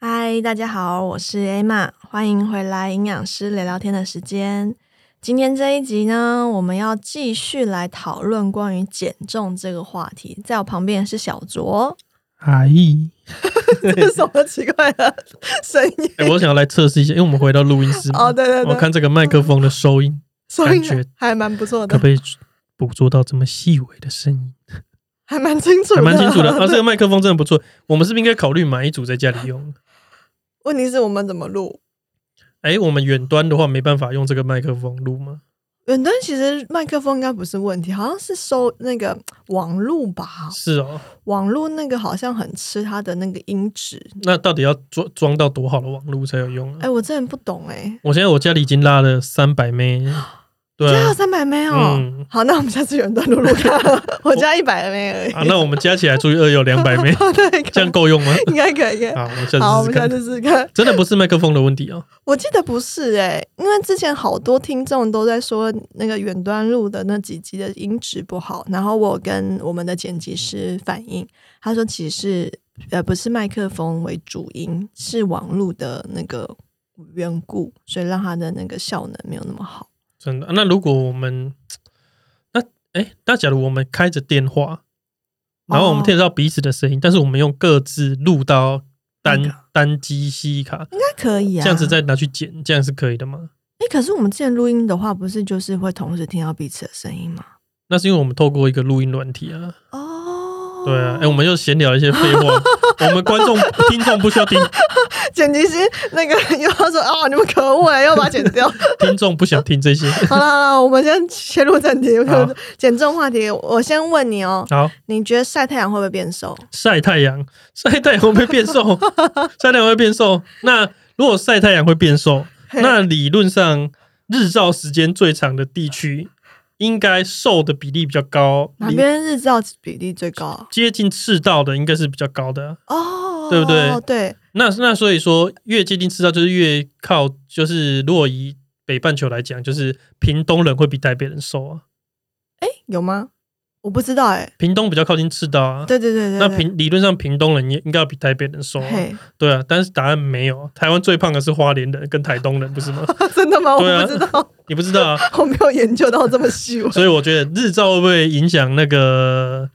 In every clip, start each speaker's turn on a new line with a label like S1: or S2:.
S1: 嗨，大家好，我是 Emma，欢迎回来营养师聊聊天的时间。今天这一集呢，我们要继续来讨论关于减重这个话题。在我旁边是小卓，
S2: 阿姨，
S1: 这是什么奇怪的声音？
S2: 哎、我想要来测试一下，因为我们回到录音室嘛
S1: 哦，对对对，
S2: 我看这个麦克风的收音
S1: 收音
S2: 感觉
S1: 还蛮不错
S2: 可
S1: 的
S2: 不，可以捕捉到这么细微的 声音，
S1: 还蛮清楚的，
S2: 还蛮清楚的。啊，这个麦克风真的不错，我们是不是应该考虑买一组在家里用？
S1: 问题是我们怎么录？
S2: 哎、我们远端的话没办法用这个麦克风录吗？
S1: 远端嗯其实麦克风应该不是问题，好像是收那个网路吧，
S2: 是哦，
S1: 网路那个好像很吃它的那个音质。
S2: 那到底要装装到多好的网络才有用
S1: 哎、
S2: 啊？
S1: 我真的不懂哎、
S2: 我现在我家里已经拉了三百枚，对
S1: 这还有
S2: 啊，
S1: 三百枚哦。
S2: 嗯
S1: 好，那我们下次远端录录看。 我加一百枚而已。，
S2: 啊，那我们加起来除以二有两百枚
S1: 好的，可以
S2: 这样够用吗？
S1: 应该可以。可以
S2: 好，我们下
S1: 好，我
S2: 次试
S1: 们下
S2: 试看。
S1: 次试试看。
S2: 真的不是麦克风的问题啊，
S1: 我记得不是哎、因为之前好多听众都在说那个远端录的那几集的音质不好，然后我跟我们的剪辑师反映，他说其实是呃不是麦克风为主音，是网络的那个缘故，所以让它的那个效能没有那么好。
S2: 真的。啊那如果我们那哎，那假如我们开着电话，然后我们
S1: 哦
S2: 听得到彼此的声音，但是我们用各自录到单、
S1: 那个
S2: 单机记忆卡，
S1: 应该可以啊，
S2: 这样子再拿去剪，这样是可以的吗？
S1: 哎、可是我们之前录音的话，不是就是会同时听到彼此的声音吗？
S2: 那是因为我们透过一个录音软体啊，
S1: 哦，
S2: 对啊，哎、我们又闲聊一些废 话，我们观众听众不需要听，哎
S1: 剪辑师那个又要说哦，你们可恶了，又把它剪掉。
S2: 听众不想听这些。
S1: 好了好了，我们先切入正题，
S2: 好
S1: 减重话题。我先问你哦，
S2: 好，
S1: 你觉得晒太阳会不会变瘦？
S2: 晒太阳，晒太阳会 变瘦，晒太阳会变瘦。那如果晒太阳会变瘦，
S1: 嘿
S2: 那理论上日照时间最长的地区，应该瘦的比例比较高，
S1: 哪
S2: 离
S1: 边日照比例最高啊？
S2: 接近赤道的应该是比较高的啊、
S1: 哦，
S2: 对不对
S1: 对，
S2: 那那所以说，越接近赤道就是越靠，就是若以北半球来讲，就是屏东人会比台北人瘦啊，
S1: 有吗？我不知道哎、
S2: 屏东比较靠近赤道啊。
S1: 对对对对
S2: 那
S1: 对
S2: 屏理论上屏东人也应该要比台北人瘦、啊，
S1: 嘿，
S2: 对啊，但是答案没有。台湾最胖的是花莲人跟台东人，不是吗？
S1: 真的吗？我
S2: 对啊
S1: 不知道，
S2: 你不知道啊，
S1: 我没有研究到这么细。
S2: 所以我觉得日照会不会影响那个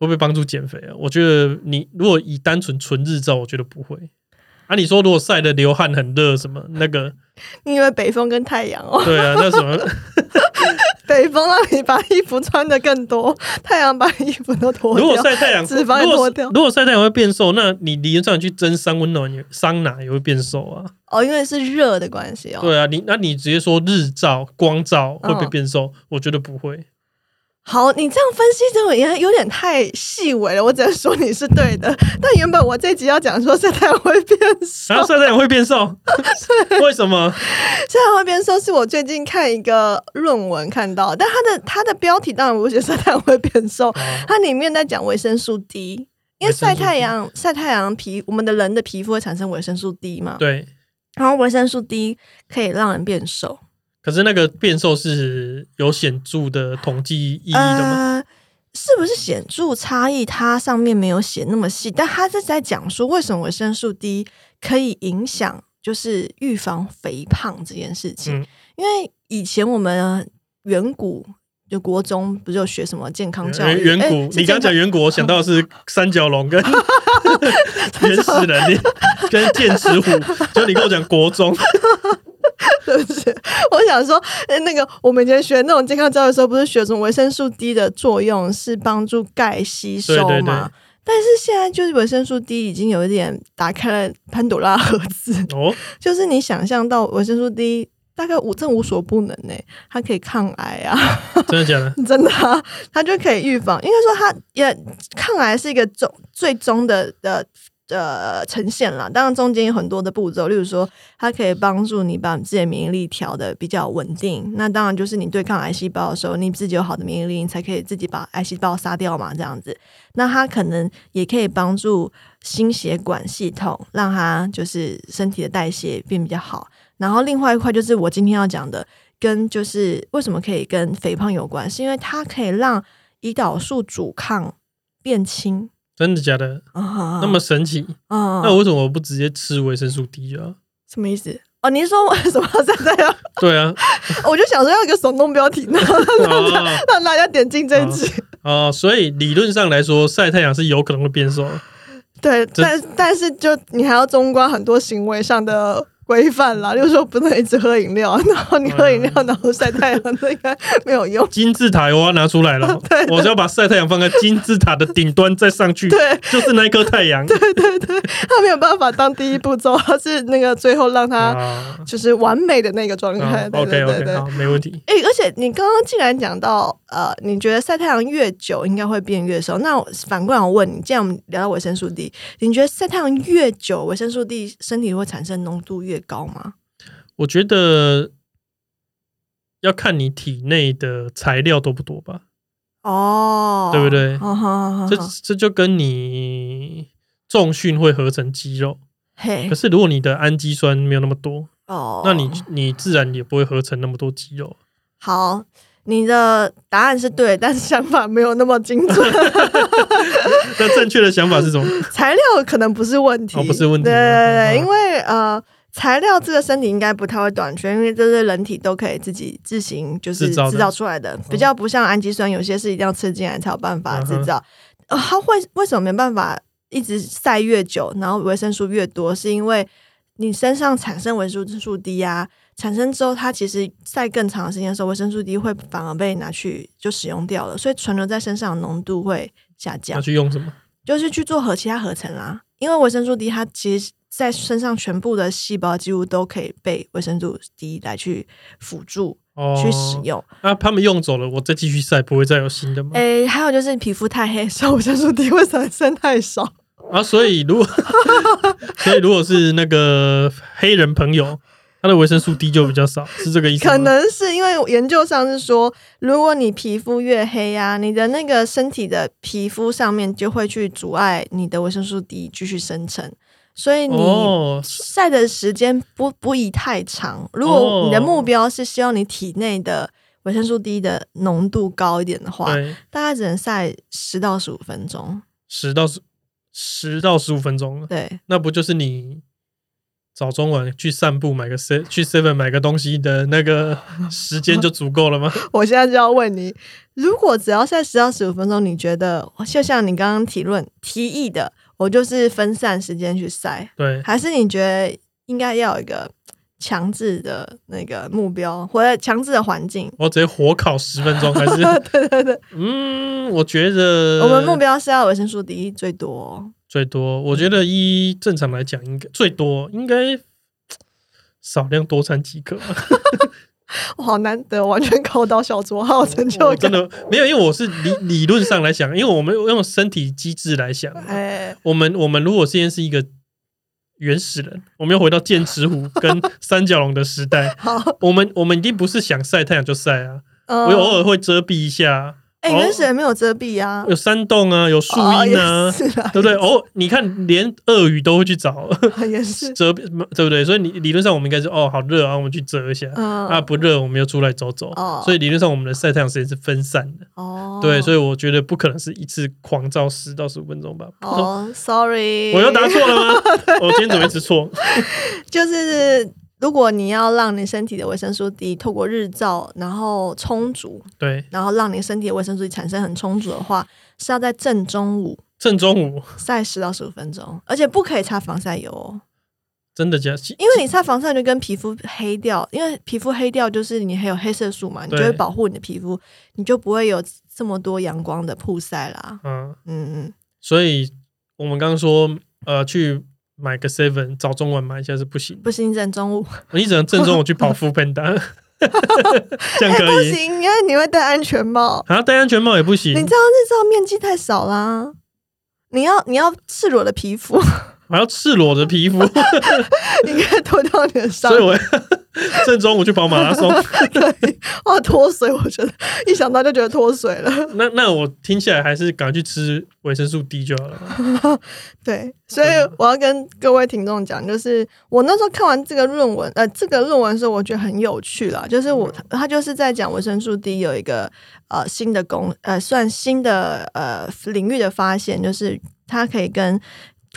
S2: 会不会帮助减肥啊？我觉得你如果以单纯纯日照，我觉得不会。啊，你说如果晒的流汗很热什么那个，
S1: 你以为北风跟太阳哦？
S2: 对啊，那 什么
S1: 北风让你把衣服穿的更多，太阳把衣服都脱
S2: 如果
S1: 掉。
S2: 晒太阳，
S1: 脂肪也
S2: 如果
S1: 脱掉
S2: 如果晒太阳会变瘦，那你理论上去蒸桑温暖也桑拿也会变瘦啊。
S1: 哦，因为是热的关系哦。
S2: 对啊，你那你直接说日照光照会不会
S1: 嗯
S2: 变瘦？我觉得 不会。
S1: 好，你这样分析这个也有点太细微了，我只能说你是对的。但原本我这集要讲说晒太阳会变瘦
S2: 然，后啊晒太阳会变 瘦，为什么？
S1: 晒太阳会变瘦是我最近看一个论文看到，但它的它的标题当然不是晒太阳会变瘦，
S2: 哦
S1: 它里面在讲维生素 D，因为晒太阳晒太阳皮我们的人的皮肤会产生维生素 D 嘛，
S2: 对，
S1: 然后维生素 D 可以让人变瘦，
S2: 可是那个变瘦是有显著的统计意义的吗？
S1: 呃，是不是显著差异？它上面没有写那么细，但它是在讲说为什么维生素 D 可以影响，就是预防肥胖这件事情。
S2: 嗯
S1: 因为以前我们远古就国中不是有学什么健康教
S2: 呃
S1: 育？
S2: 远
S1: 哎
S2: 古，
S1: 是
S2: 你
S1: 健
S2: 刚
S1: 康
S2: 讲远古，我想到的是三角龙跟 原始人，你跟剑齿 虎。就你跟我讲国中，
S1: 对不起，我想说，哎那个我们以前学那种健康教育的时候，不是学什么维生素 D 的作用是帮助钙吸收
S2: 对
S1: 嘛？
S2: 对对
S1: 但是现在就是维生素 D 已经有一点打开了潘朵拉盒子，
S2: 哦，
S1: 就是你想象到维生素 D 大概无这无所不能呢、它可以抗癌啊，
S2: 真的假的？
S1: 真的、啊，它就可以预防。应该说它也抗癌是一个终最终的的。呃，呈现啦，当然中间有很多的步骤，例如说，它可以帮助你把自己的免疫力调的比较稳定。那当然就是你对抗癌细胞的时候，你自己有好的免疫力，你才可以自己把癌细胞杀掉嘛，这样子。那它可能也可以帮助心血管系统，让它就是身体的代谢变比较好。然后另外一块就是我今天要讲的，跟就是为什么可以跟肥胖有关，是因为它可以让胰岛素阻抗变轻。
S2: 真的假的？
S1: 啊
S2: 那么神奇？
S1: 啊，
S2: 那为什么我不直接吃维生素 D 啊？
S1: 什么意思？哦，您说为 什么要在这样？
S2: 对 啊，
S1: 我就想说要一个耸动标题，然后
S2: 啊
S1: 让大家点进这一集。
S2: 啊，所以理论上来说，晒太阳是有可能会变瘦的。
S1: 对，
S2: 这
S1: 但但是就你还要中观很多行为上的规范啦，就是说不能一直喝饮料，然后你喝饮
S2: 啊
S1: 料然后晒太阳，这应该没有用。
S2: 金字塔我要拿出来 了，我就要把晒太阳放在金字塔的顶端再上去，
S1: 对
S2: 就是那一颗太阳。
S1: 他没有办法当第一步骤，他是那个最后让他
S2: 啊
S1: 就是完美的那个状态。 对对对
S2: OK OK，
S1: 对。
S2: 好，没问题。
S1: 哎、而且你刚刚竟然讲到，呃，你觉得晒太阳越久应该会变越瘦。那我反过来我问你，既然我们聊到维生素 D，你觉得晒太阳越久，维生素 D 身体会产生浓度越高吗？
S2: 我觉得要看你体内的材料多不多吧，
S1: 哦，
S2: 对不对
S1: 哦，好好好，
S2: 这
S1: 好
S2: 这就跟你重训会合成肌肉，
S1: 嘿
S2: 可，是如果你的氨基酸没有那么多，
S1: 哦，
S2: 那你你自然也不会合成那么多肌肉。
S1: 好，你的答案是对，但是想法没有那么精准。
S2: 那正确的想法 是什么？
S1: 材料可能不是问题，
S2: 哦不是问题
S1: 对对对，
S2: 嗯
S1: 因为呃，材料这个身体应该不太会短缺，因为这是人体都可以自己自行就是
S2: 制造的
S1: 制造出来的，比较不像氨基酸，有些是一定要吃进来才有办法
S2: 嗯哼
S1: 制造。呃，它会为什么没办法一直晒越久，然后维生素越多，是因为你身上产生维生素 D 啊。产生之后，它其实晒更长的时间的时候，维生素 D 会反而被拿去就使用掉了，所以存留在身上的浓度会下降
S2: 要。去用什么？
S1: 就是去做和其他合成啦。因为维生素 D 它其实在身上全部的细胞几乎都可以被维生素 D 来去辅助、
S2: 哦，
S1: 去使用。
S2: 那、他们用走了，我再继续晒，不会再有新的吗？
S1: 诶、还有就是皮肤太黑 的时候，维生素 D 会产生太少。
S2: 啊，所以如果 所以如果是那个黑人朋友，他的维生素 D 就比较少，是这个意思吗？
S1: 可能是因为研究上是说，如果你皮肤越黑啊，你的那个身体的皮肤上面就会去阻碍你的维生素 D 继续生成，所以你
S2: 哦，
S1: 晒的时间不不宜太长。如果你的目标是希望你体内的维生素 D 的浓度高一点的话，
S2: 对，
S1: 大概只能晒十到十五分钟。
S2: 十到十十到十五分钟了，
S1: 对，
S2: 那不就是你早中晚去散步买个 se 去 seven 买个东西的那个时间就足够 了吗？
S1: 我现在就要问你，如果只要晒十到十五分钟，你觉得哦就像你刚刚提论提议的，我就是分散时间去晒，
S2: 对，
S1: 还是你觉得应该要有一个强制的那个目标，或者强制的环境？
S2: 我直接火烤十分钟，还是
S1: 对对对，
S2: 嗯，我觉得
S1: 我们目标是要维生素 D 最多哦、
S2: 最多，
S1: 嗯
S2: 我觉得一正常来讲应该最多应该少量多餐即可吧。
S1: 我好难得完全考到小卓号成 就
S2: 我
S1: 感
S2: 哦真。的没有，因为我是理理论上来想，因为我们用身体机制 来想，
S1: 哎，
S2: 我们我们如果现在是一个原始人，我们又回到剑 齿虎跟三角龙的时代，
S1: 好，
S2: 我们我们一定不是想晒太阳就晒啊，
S1: 呃
S2: 我有偶尔会遮蔽一下，
S1: 哎，
S2: 偶
S1: 原始人没有遮蔽啊，
S2: 有山洞啊，有树
S1: 哦
S2: 荫啊，
S1: 也是啊，
S2: 对不对？偶尔你看，连鳄鱼都会去找
S1: 也是，
S2: 遮蔽，对不对？所以你理论上我们应该是哦，好热啊，我们去遮一下。
S1: 嗯
S2: 啊，不热，我们又出来走走，
S1: 哦
S2: 所以理论上我们的晒太阳时间是分散的。
S1: 哦，
S2: 对，所以我觉得不可能是一次狂照十到十五分钟吧。
S1: 哦，sorry，
S2: 我又答错了吗？ 我今天怎么一直错？
S1: 就是。如果你要让你身体的维生素 D 透过日照，然后充足，
S2: 对，
S1: 然后让你身体的维生素 D 产生很充足的话，是要在正中午
S2: 正中午，
S1: 晒十到十五分钟，而且不可以擦防晒油哦。
S2: 真的假？
S1: 因为你擦防晒就跟皮肤黑掉，因为皮肤黑掉就是你还有黑色素嘛，你就
S2: 对
S1: 会保护你的皮肤，你就不会有这么多阳光的曝晒啦。
S2: 嗯，
S1: 嗯嗯，
S2: 所以我们刚刚说，呃，去买个 seven，早中晚买一下是不行的，
S1: 不行，正中午
S2: 你只能正中午去 跑副喷单，这样
S1: 哎不
S2: 可以。
S1: 行，因为你会戴安全帽，
S2: 啊，戴安全帽也不
S1: 你
S2: 行
S1: 这，样日照面积太少啦。你要你要赤裸的皮肤，
S2: 还要赤裸的皮肤，
S1: 你可以脱掉你的伤
S2: 所以，我 正中午去跑马拉松。
S1: 对，哇，哦脱水，我觉得一想到就觉得脱水了。
S2: 那那我听起来还是赶快去吃维生素 D 就好了。
S1: 对，所以
S2: 嗯
S1: 我要跟各位听众讲，就是我那时候看完这个论文，呃，这个论文的时候，我觉得很有趣啦。就是我，他就是在讲维生素 D 有一个呃新的工，呃，算新的呃领域的发现，就是它可以跟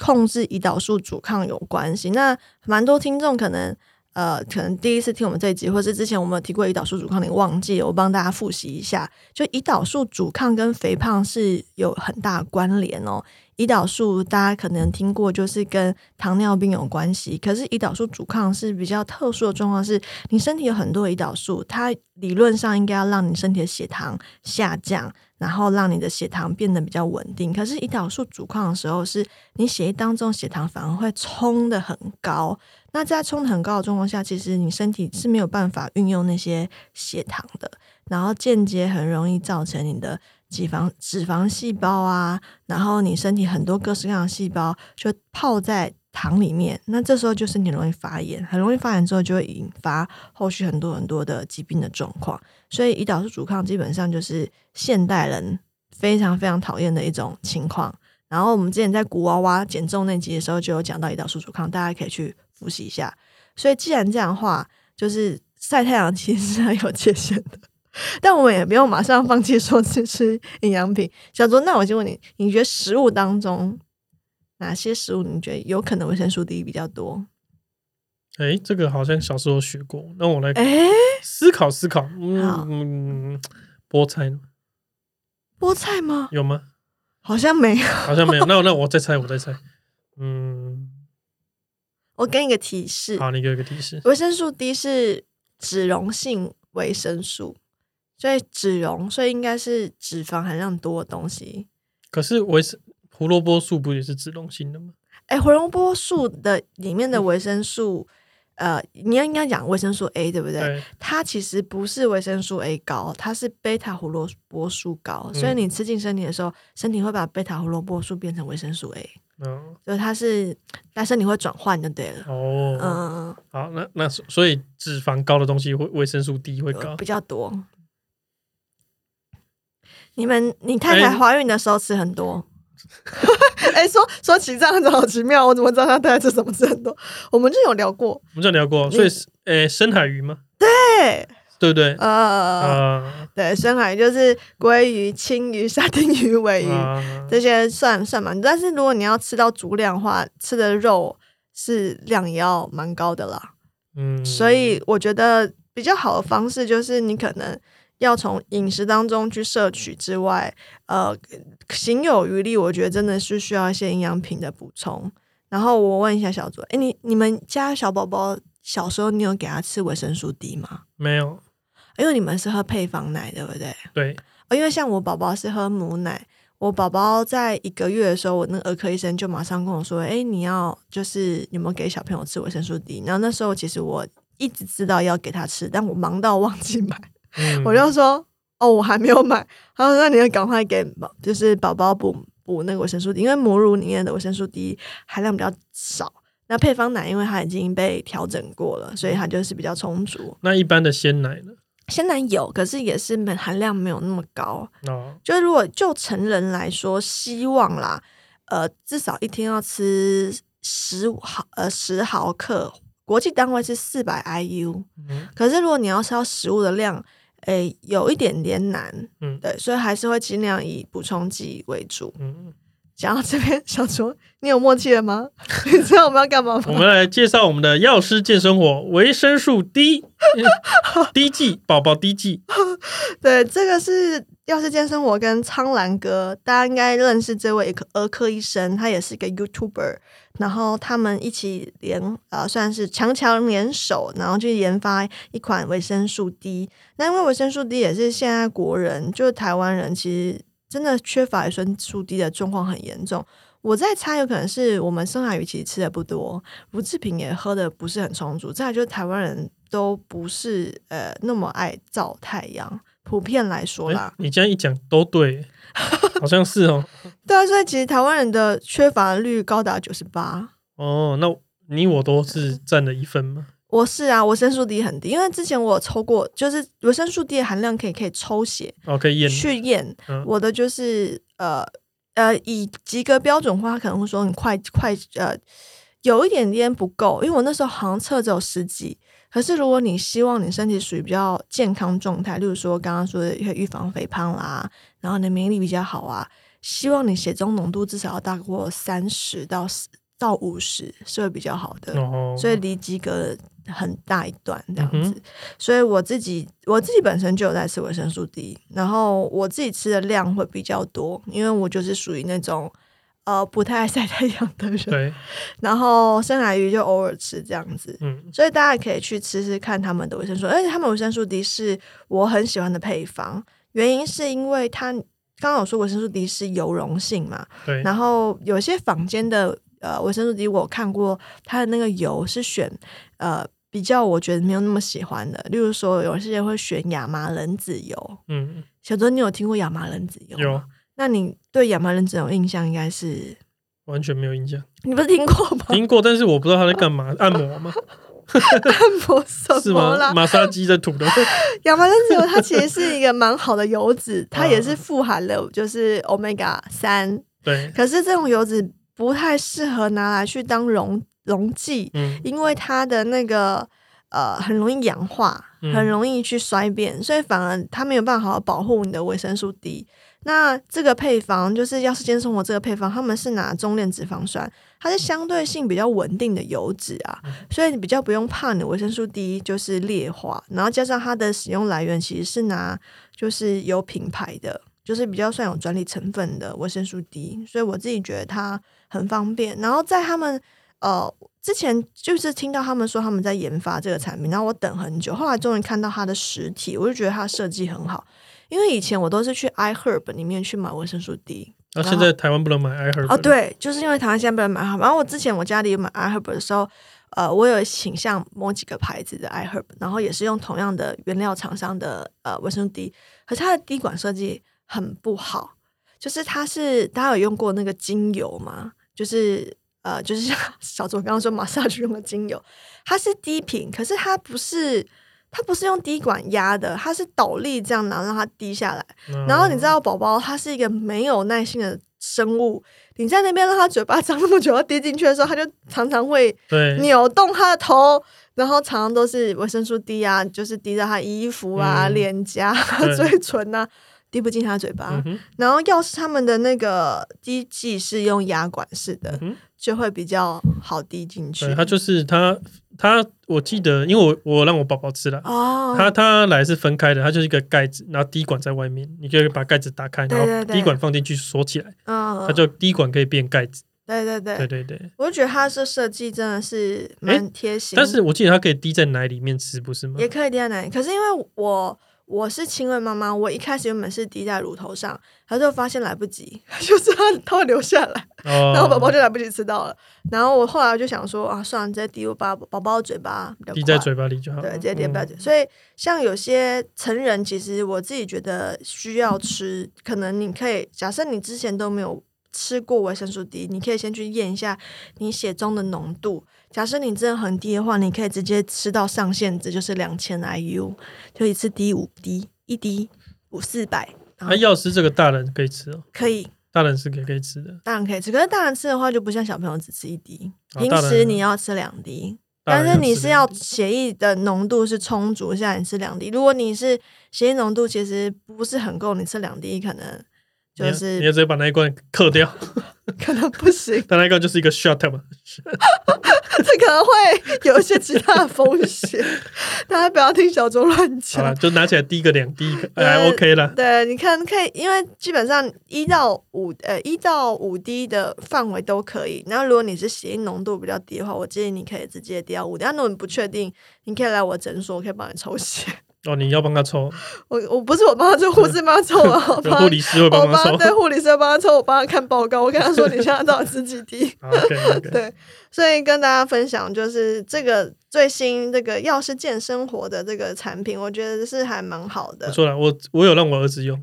S1: 控制胰岛素阻抗有关系。那蛮多听众可能呃，可能第一次听我们这一集，或是之前我们有提过胰岛素阻抗，你忘记了，我帮大家复习一下。就胰岛素阻抗跟肥胖是有很大关联哦。胰岛素大家可能听过，就是跟糖尿病有关系。可是胰岛素阻抗是比较特殊的状况，是你身体有很多胰岛素，它理论上应该要让你身体的血糖下降，然后让你的血糖变得比较稳定。可是胰岛素阻抗的时候，是你血液当中血糖反而会冲的很高。那在冲得很高的状况下，其实你身体是没有办法运用那些血糖的，然后间接很容易造成你的脂肪脂肪细胞啊，然后你身体很多各式各样的细胞就泡在糖里面，那这时候就是你容易发炎，很容易发炎之后就会引发后续很多很多的疾病的状况。所以胰岛素阻抗基本上就是现代人非常非常讨厌的一种情况。然后我们之前在古娃娃减重那集的时候就有讲到胰岛素阻抗，大家可以去复习一下。所以既然这样的话，就是晒太阳其实是很有界限的，但我们也不用马上放弃说去吃营养品。小卓，那我就问你，你觉得食物当中哪些食物你觉得有可能维生素 D 比较 多？
S2: 哎，这个好像小时候学过，那我来
S1: 哎，
S2: 思考思考。
S1: 好
S2: 嗯，嗯菠菜呢
S1: 菠菜吗？
S2: 有吗？
S1: 好像没有。
S2: 好像 没有。那那我再猜，我再猜。嗯，
S1: 我给你一个提示，
S2: 好，你给我一个提示。
S1: 维生素 D 是脂溶性维生素，所以脂溶，所以应该是脂肪含量多的东西。
S2: 可是维生胡萝卜素不也是脂溶性的吗？
S1: 哎，胡萝卜素的里面的维生素，呃，你要应该讲维生素 A 对不对？
S2: 对，
S1: 它其实不是维生素 A 高，它是贝塔胡萝卜素高，所以
S2: 嗯
S1: 你吃进身体的时候，身体会把贝塔胡萝卜素变成维生素 A，
S2: 嗯，
S1: 所以它是，但身体会转换就对了。
S2: 哦，
S1: 嗯嗯，
S2: 好，那那所所以脂肪高的东西会维生素 D 会
S1: 嗯
S2: 高
S1: 比。较多。你们，你太太
S2: 哎
S1: 怀孕的时候吃很 多。哎、说说起这样子好奇妙，我怎么知道她太太吃什么吃很多？我们就有聊过，
S2: 我们这样聊过，
S1: 你
S2: 所以呃，深海鱼吗？
S1: 对，
S2: 对不对？
S1: 呃，
S2: 啊
S1: 对，深海鱼就是鲑鱼、青鱼、沙丁鱼、尾鱼、
S2: 啊，
S1: 这些算算蛮，但是如果你要吃到足量的话，吃的肉是量也要蛮高的啦。
S2: 嗯，
S1: 所以我觉得比较好的方式就是你可能要从饮食当中去摄取之外，呃，行有余力，我觉得真的是需要一些营养品的补充。然后我问一下小左，哎，你你们家小宝宝小时候你有给他吃维生素 D 吗？
S2: 没有
S1: 因为你们是喝配方奶，对不对？
S2: 对，
S1: 哦，因为像我宝宝是喝母奶，我宝宝在一个月的时候，我那个儿科医生就马上跟我说：“哎、你要就是有没有给小朋友吃维生素 D？” 然后那时候其实我一直知道要给他吃，但我忙到忘记买，
S2: 嗯
S1: 我就说：“哦，我还没有买。”他说：“那你要赶快给宝，就是宝宝补补那个维生素 D，因为母乳里面的维生素 D 含量比较少。”那配方奶，因为它已经被调整过了，所以它就是比较充足。
S2: 那一般的鲜奶呢？
S1: 鲜奶有，可是也是没含量没有那么高。
S2: 哦，
S1: 就是如果就成人来说，希望啦，呃，至少一天要吃十毫呃十毫克，国际单位是四百 IU。
S2: 嗯
S1: 可是如果你要吃到食物的量，诶，有一点点难，
S2: 嗯
S1: 对，所以还是会尽量以补充剂为主。
S2: 嗯，
S1: 讲到这边， 小卓，你有默契了吗？ 你知道我们要干嘛
S2: 我
S1: 吗？
S2: 们来介绍我们的药师健生活维生素 D 嗯 D 剂宝宝 D 剂，
S1: 对，这个是药师健生活跟苍兰哥，大家应该认识这位儿科医生，他也是一个 YouTuber，然后他们一起联呃算是强强联手，然后去研发一款维生素 D。那因为维生素 D 也是现在国人，就是台湾人其实真的缺乏维生素 D 的状况很严重。我在猜，有可能是我们深海鱼其实吃的不多，乳制品也喝的不是很充足。再来就是台湾人都不是呃那么爱照太阳，普遍来说啦
S2: 哎，，你这样一讲都对，好像是哦。
S1: 对啊，所以其实台湾人的缺乏率高达九十八。
S2: 哦，那你我都是占了一分吗？
S1: 我是啊，维生素 D 很低，因为之前我有抽过，就是维生素 D 的含量可以可以抽血
S2: 哦，可以验
S1: 去验，
S2: 嗯
S1: 我的就是呃呃以及格标准化，可能会说你快快呃有一点点不够，因为我那时候好像测只有十几，可是如果你希望你身体属于比较健康状态，例如说刚刚说的可以预防肥胖啦，然后你的免疫力比较好啊，希望你血中浓度至少要大过三十到十到五十是会比较好的。
S2: 哦，
S1: 所以离及格很大一段这样
S2: 嗯
S1: 子。所以我自己我自己本身就有在吃维生素 D，然后我自己吃的量会比较多，因为我就是属于那种呃不太爱晒太阳的人，
S2: 对，
S1: 然后深海鱼就偶尔吃这样子。
S2: 嗯
S1: 所以大家可以去吃吃看他们的维生素，而且他们维生素 D 是我很喜欢的配方，原因是因为它刚刚有说维生素 D 是油溶性嘛，
S2: 对，
S1: 然后有些坊间的呃维生素 D，我有看过它的那个油是选呃比较我觉得没有那么喜欢的，例如说有些人会选亚麻仁籽油。
S2: 嗯
S1: 小周，你有听过亚麻仁籽油吗？
S2: 有。
S1: 那你对亚麻仁籽油印象应该是
S2: 完全没有印象，
S1: 你不是听过吗？
S2: 听过，但是我不知道他在干嘛，按摩吗？
S1: 按摩什
S2: 是
S1: 么
S2: 吗？
S1: 啦？
S2: 马杀鸡在吐的，
S1: 亚麻仁籽油它其实是一个蛮好的油 脂，它也是
S2: 嗯
S1: 富含了就是 omega 三，
S2: 对，
S1: 可是这种油脂不太适合拿来去当溶溶剂，
S2: 嗯
S1: 因为它的那个呃很容易氧化，
S2: 嗯
S1: 很容易去衰变，所以反而它没有办法好好保护你的维生素 D。那这个配方就是药师间生活这个配方，他们是拿中链脂肪酸，它是相对性比较稳定的油脂啊，所以你比较不用怕你的维生素 D 就是劣化，然后加上它的使用来源其实是拿就是有品牌的，就是比较算有专利成分的维生素 D，所以我自己觉得它很方便。然后在他们呃之前就是听到他们说他们在研发这个产品，然后我等很久，后来终于看到它的实体，我就觉得它的设计很好。因为以前我都是去 iHerb 里面去买维生素 D，
S2: 那啊现在台湾不能买 i h e r
S1: 哦，，对，就是因为台湾现在被人买好。然后我之前我家里有买 iHerb 的时候，呃，我有倾向某几个牌子的 iHerb，然后也是用同样的原料厂商的呃维生素 D，可是它的滴管设计很不好，就是它是大家有用过那个精油吗？就是呃，就是像 小左刚刚说马萨去 用的精油，它是低频，可是它不是。它不是用滴管压的，它是倒立这样，然后让它滴下来。
S2: 嗯
S1: 然后你知，道，宝宝他是一个没有耐性的生物，你在那边让他嘴巴 张那么久要滴进去的时候，他就常常会
S2: 对，
S1: 扭动他的头，然后常常都是维生素 D 啊，就是滴到他衣服啊、
S2: 嗯
S1: 脸颊、
S2: 对
S1: 嘴唇啊，滴不进他嘴巴。
S2: 嗯哼，
S1: 然后要是他们的那个滴剂是用牙管式的，
S2: 嗯哼
S1: 就会比较好滴进去
S2: 对，。他就是他他，我记得，因为我我让我宝宝吃了。
S1: 哦，
S2: 它它来是分开的，它就是一个盖子，然后滴管在外面，你可以把盖子打开，
S1: 对
S2: 然后
S1: 对对
S2: 滴管放进去锁起来，
S1: 嗯，
S2: 它就滴管可以变盖子。
S1: 对对对，
S2: 对对对，
S1: 我就觉得他这设计真的是蛮贴心的。
S2: 但是我记得它可以滴在奶里面吃，不是吗
S1: 也？可以滴在奶里，可是因为我我是亲喂妈妈，我一开始原本是滴在乳头上，然后就发现来不及， 就是它它会流下来，
S2: 哦
S1: 然后宝宝就来不及吃到了。然后我后来就想说啊，算了，直接滴我把宝宝的嘴巴比较
S2: 滴在
S1: 快
S2: 嘴巴里就好了。
S1: 对，直接滴在
S2: 嗯
S1: 嘴。所以像有些成人，其实我自己觉得需要吃，可能你可以假设你之前都没有。吃过维生素 D，你可以先去验一下你血中的浓度。假设你真的很低的话，你可以直接吃到上限值，就是两千 IU，就一次滴五滴，一滴五四百，然
S2: 那
S1: 后
S2: 药啊师这个大人可以吃哦，
S1: 可以
S2: 大人是可以可以吃的。
S1: 当然可以吃。可是大人吃的话，就不像小朋友只吃一滴，
S2: 哦
S1: 平
S2: 大人
S1: 时你要吃两滴，但
S2: 大
S1: 是
S2: 人
S1: 你
S2: 吃
S1: 是
S2: 的
S1: 要血液的浓度是充足下，你吃两滴。如果你是血液浓度其实不是很够，你吃两滴可能
S2: 你
S1: 就
S2: 要你要
S1: 是
S2: 直接把那一罐嗑掉，
S1: 可能不行，
S2: 但那一罐就是一个 shot 嘛。
S1: 这可能会有一些其他的风险。 大家不要听小周乱
S2: 好
S1: 讲。
S2: 了，就拿起来滴个两滴，
S1: 呃
S2: 哎，OK 啦。
S1: 对，你看可以，因为基本上一到五呃一到五滴的范围都可以。然后如果你是血液浓度比较低的话，我建议你可以直接滴到五滴。那如果你不确定，你可以来我诊所，我可以帮你抽血。
S2: 哦，你要帮他抽，
S1: 我我不是我帮他抽，护士帮他抽啊，我
S2: 有
S1: 帮
S2: 护
S1: 他
S2: 理师会
S1: 我
S2: 帮他抽。。
S1: 对护理师帮他抽，我帮他看报告，我跟他说你现在到底吃几滴
S2: OK OK，
S1: 对所以跟大家分享，就是这个最新这个药师健生活的这个产品，我觉得是还蛮好的
S2: 不，错了，我我有让我儿子用。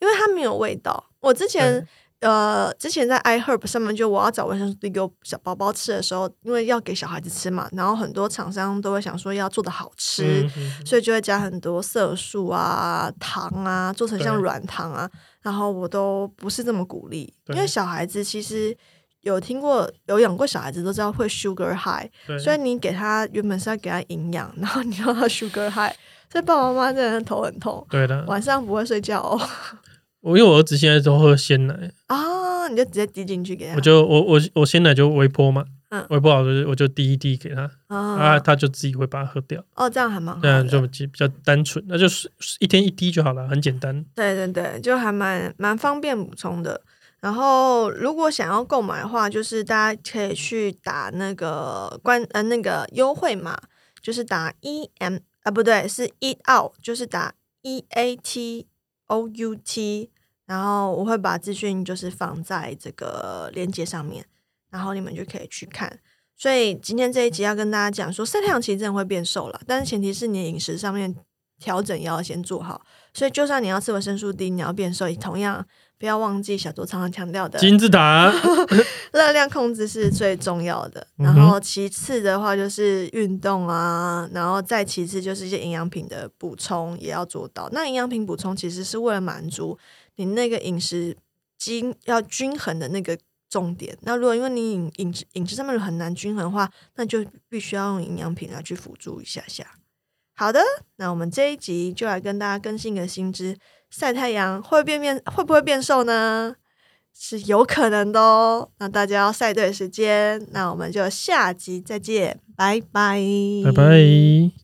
S1: 因为它没有味道。我之前
S2: 对
S1: 呃，之前在 iHerb 上面，就我要找维生素 D 给我小宝宝吃的时候，因为要给小孩子吃嘛，然后很多厂商都会想说要做的好吃，
S2: 嗯，嗯
S1: 所以就会加很多色素啊、糖啊，做成像
S2: 对
S1: 软糖啊。然后我都不是这么鼓励，因
S2: 对
S1: 为小孩子其实有听过、有养过小孩子都知道会 sugar high，
S2: 对，
S1: 所以你给他原本是要给他营养，然后你让他 sugar high，所以爸爸妈妈真的头很痛，
S2: 对的。
S1: 晚上不会睡觉哦。
S2: 我因为我儿子现在都喝鲜奶，
S1: 啊、你就直接滴进去给他。
S2: 我就我我我鲜奶就微波嘛，
S1: 嗯
S2: 微波好我就我就滴一滴给他，啊，
S1: 啊
S2: 他就自己会把它喝掉，
S1: 哦，这样还蛮好
S2: 这
S1: 的。
S2: 样就比较单纯，那就是一天一滴就好了，很简单。
S1: 对对对，就还蛮蛮方便补充的。然后，如果想要购买的话，就是大家可以去打那个关呃那个优惠码，就是打 E M 啊不对是 Eat Out，就是打 E A T O U T，然后我会把资讯就是放在这个链接上面，然后你们就可以去看。所以今天这一集要跟大家讲说，三两期真的会变瘦了，但是前提是你的饮食上面调整也要先做好。所以，就算你要吃维生素 D，你要变瘦，也同样不要忘记小卓常常强调的
S2: 金 字塔，
S1: 热量控制是最重要的。
S2: 嗯
S1: 然
S2: 哼
S1: 后，其次的话就是运动啊，然后再其次就是一些营养品的补充也要做到。那营养品补充其实是为了满足你那个饮食均要均衡的那个重点。那如果因为你饮饮食饮食上面很难均衡的话，那就必须要用营养品来去辅助一下下。好的，那我们这一集就来跟大家更新一个新知：晒太阳会变变会不会变瘦呢？是有可能的哦。那大家要晒对时间，那我们就下集再见，拜拜，
S2: 拜拜。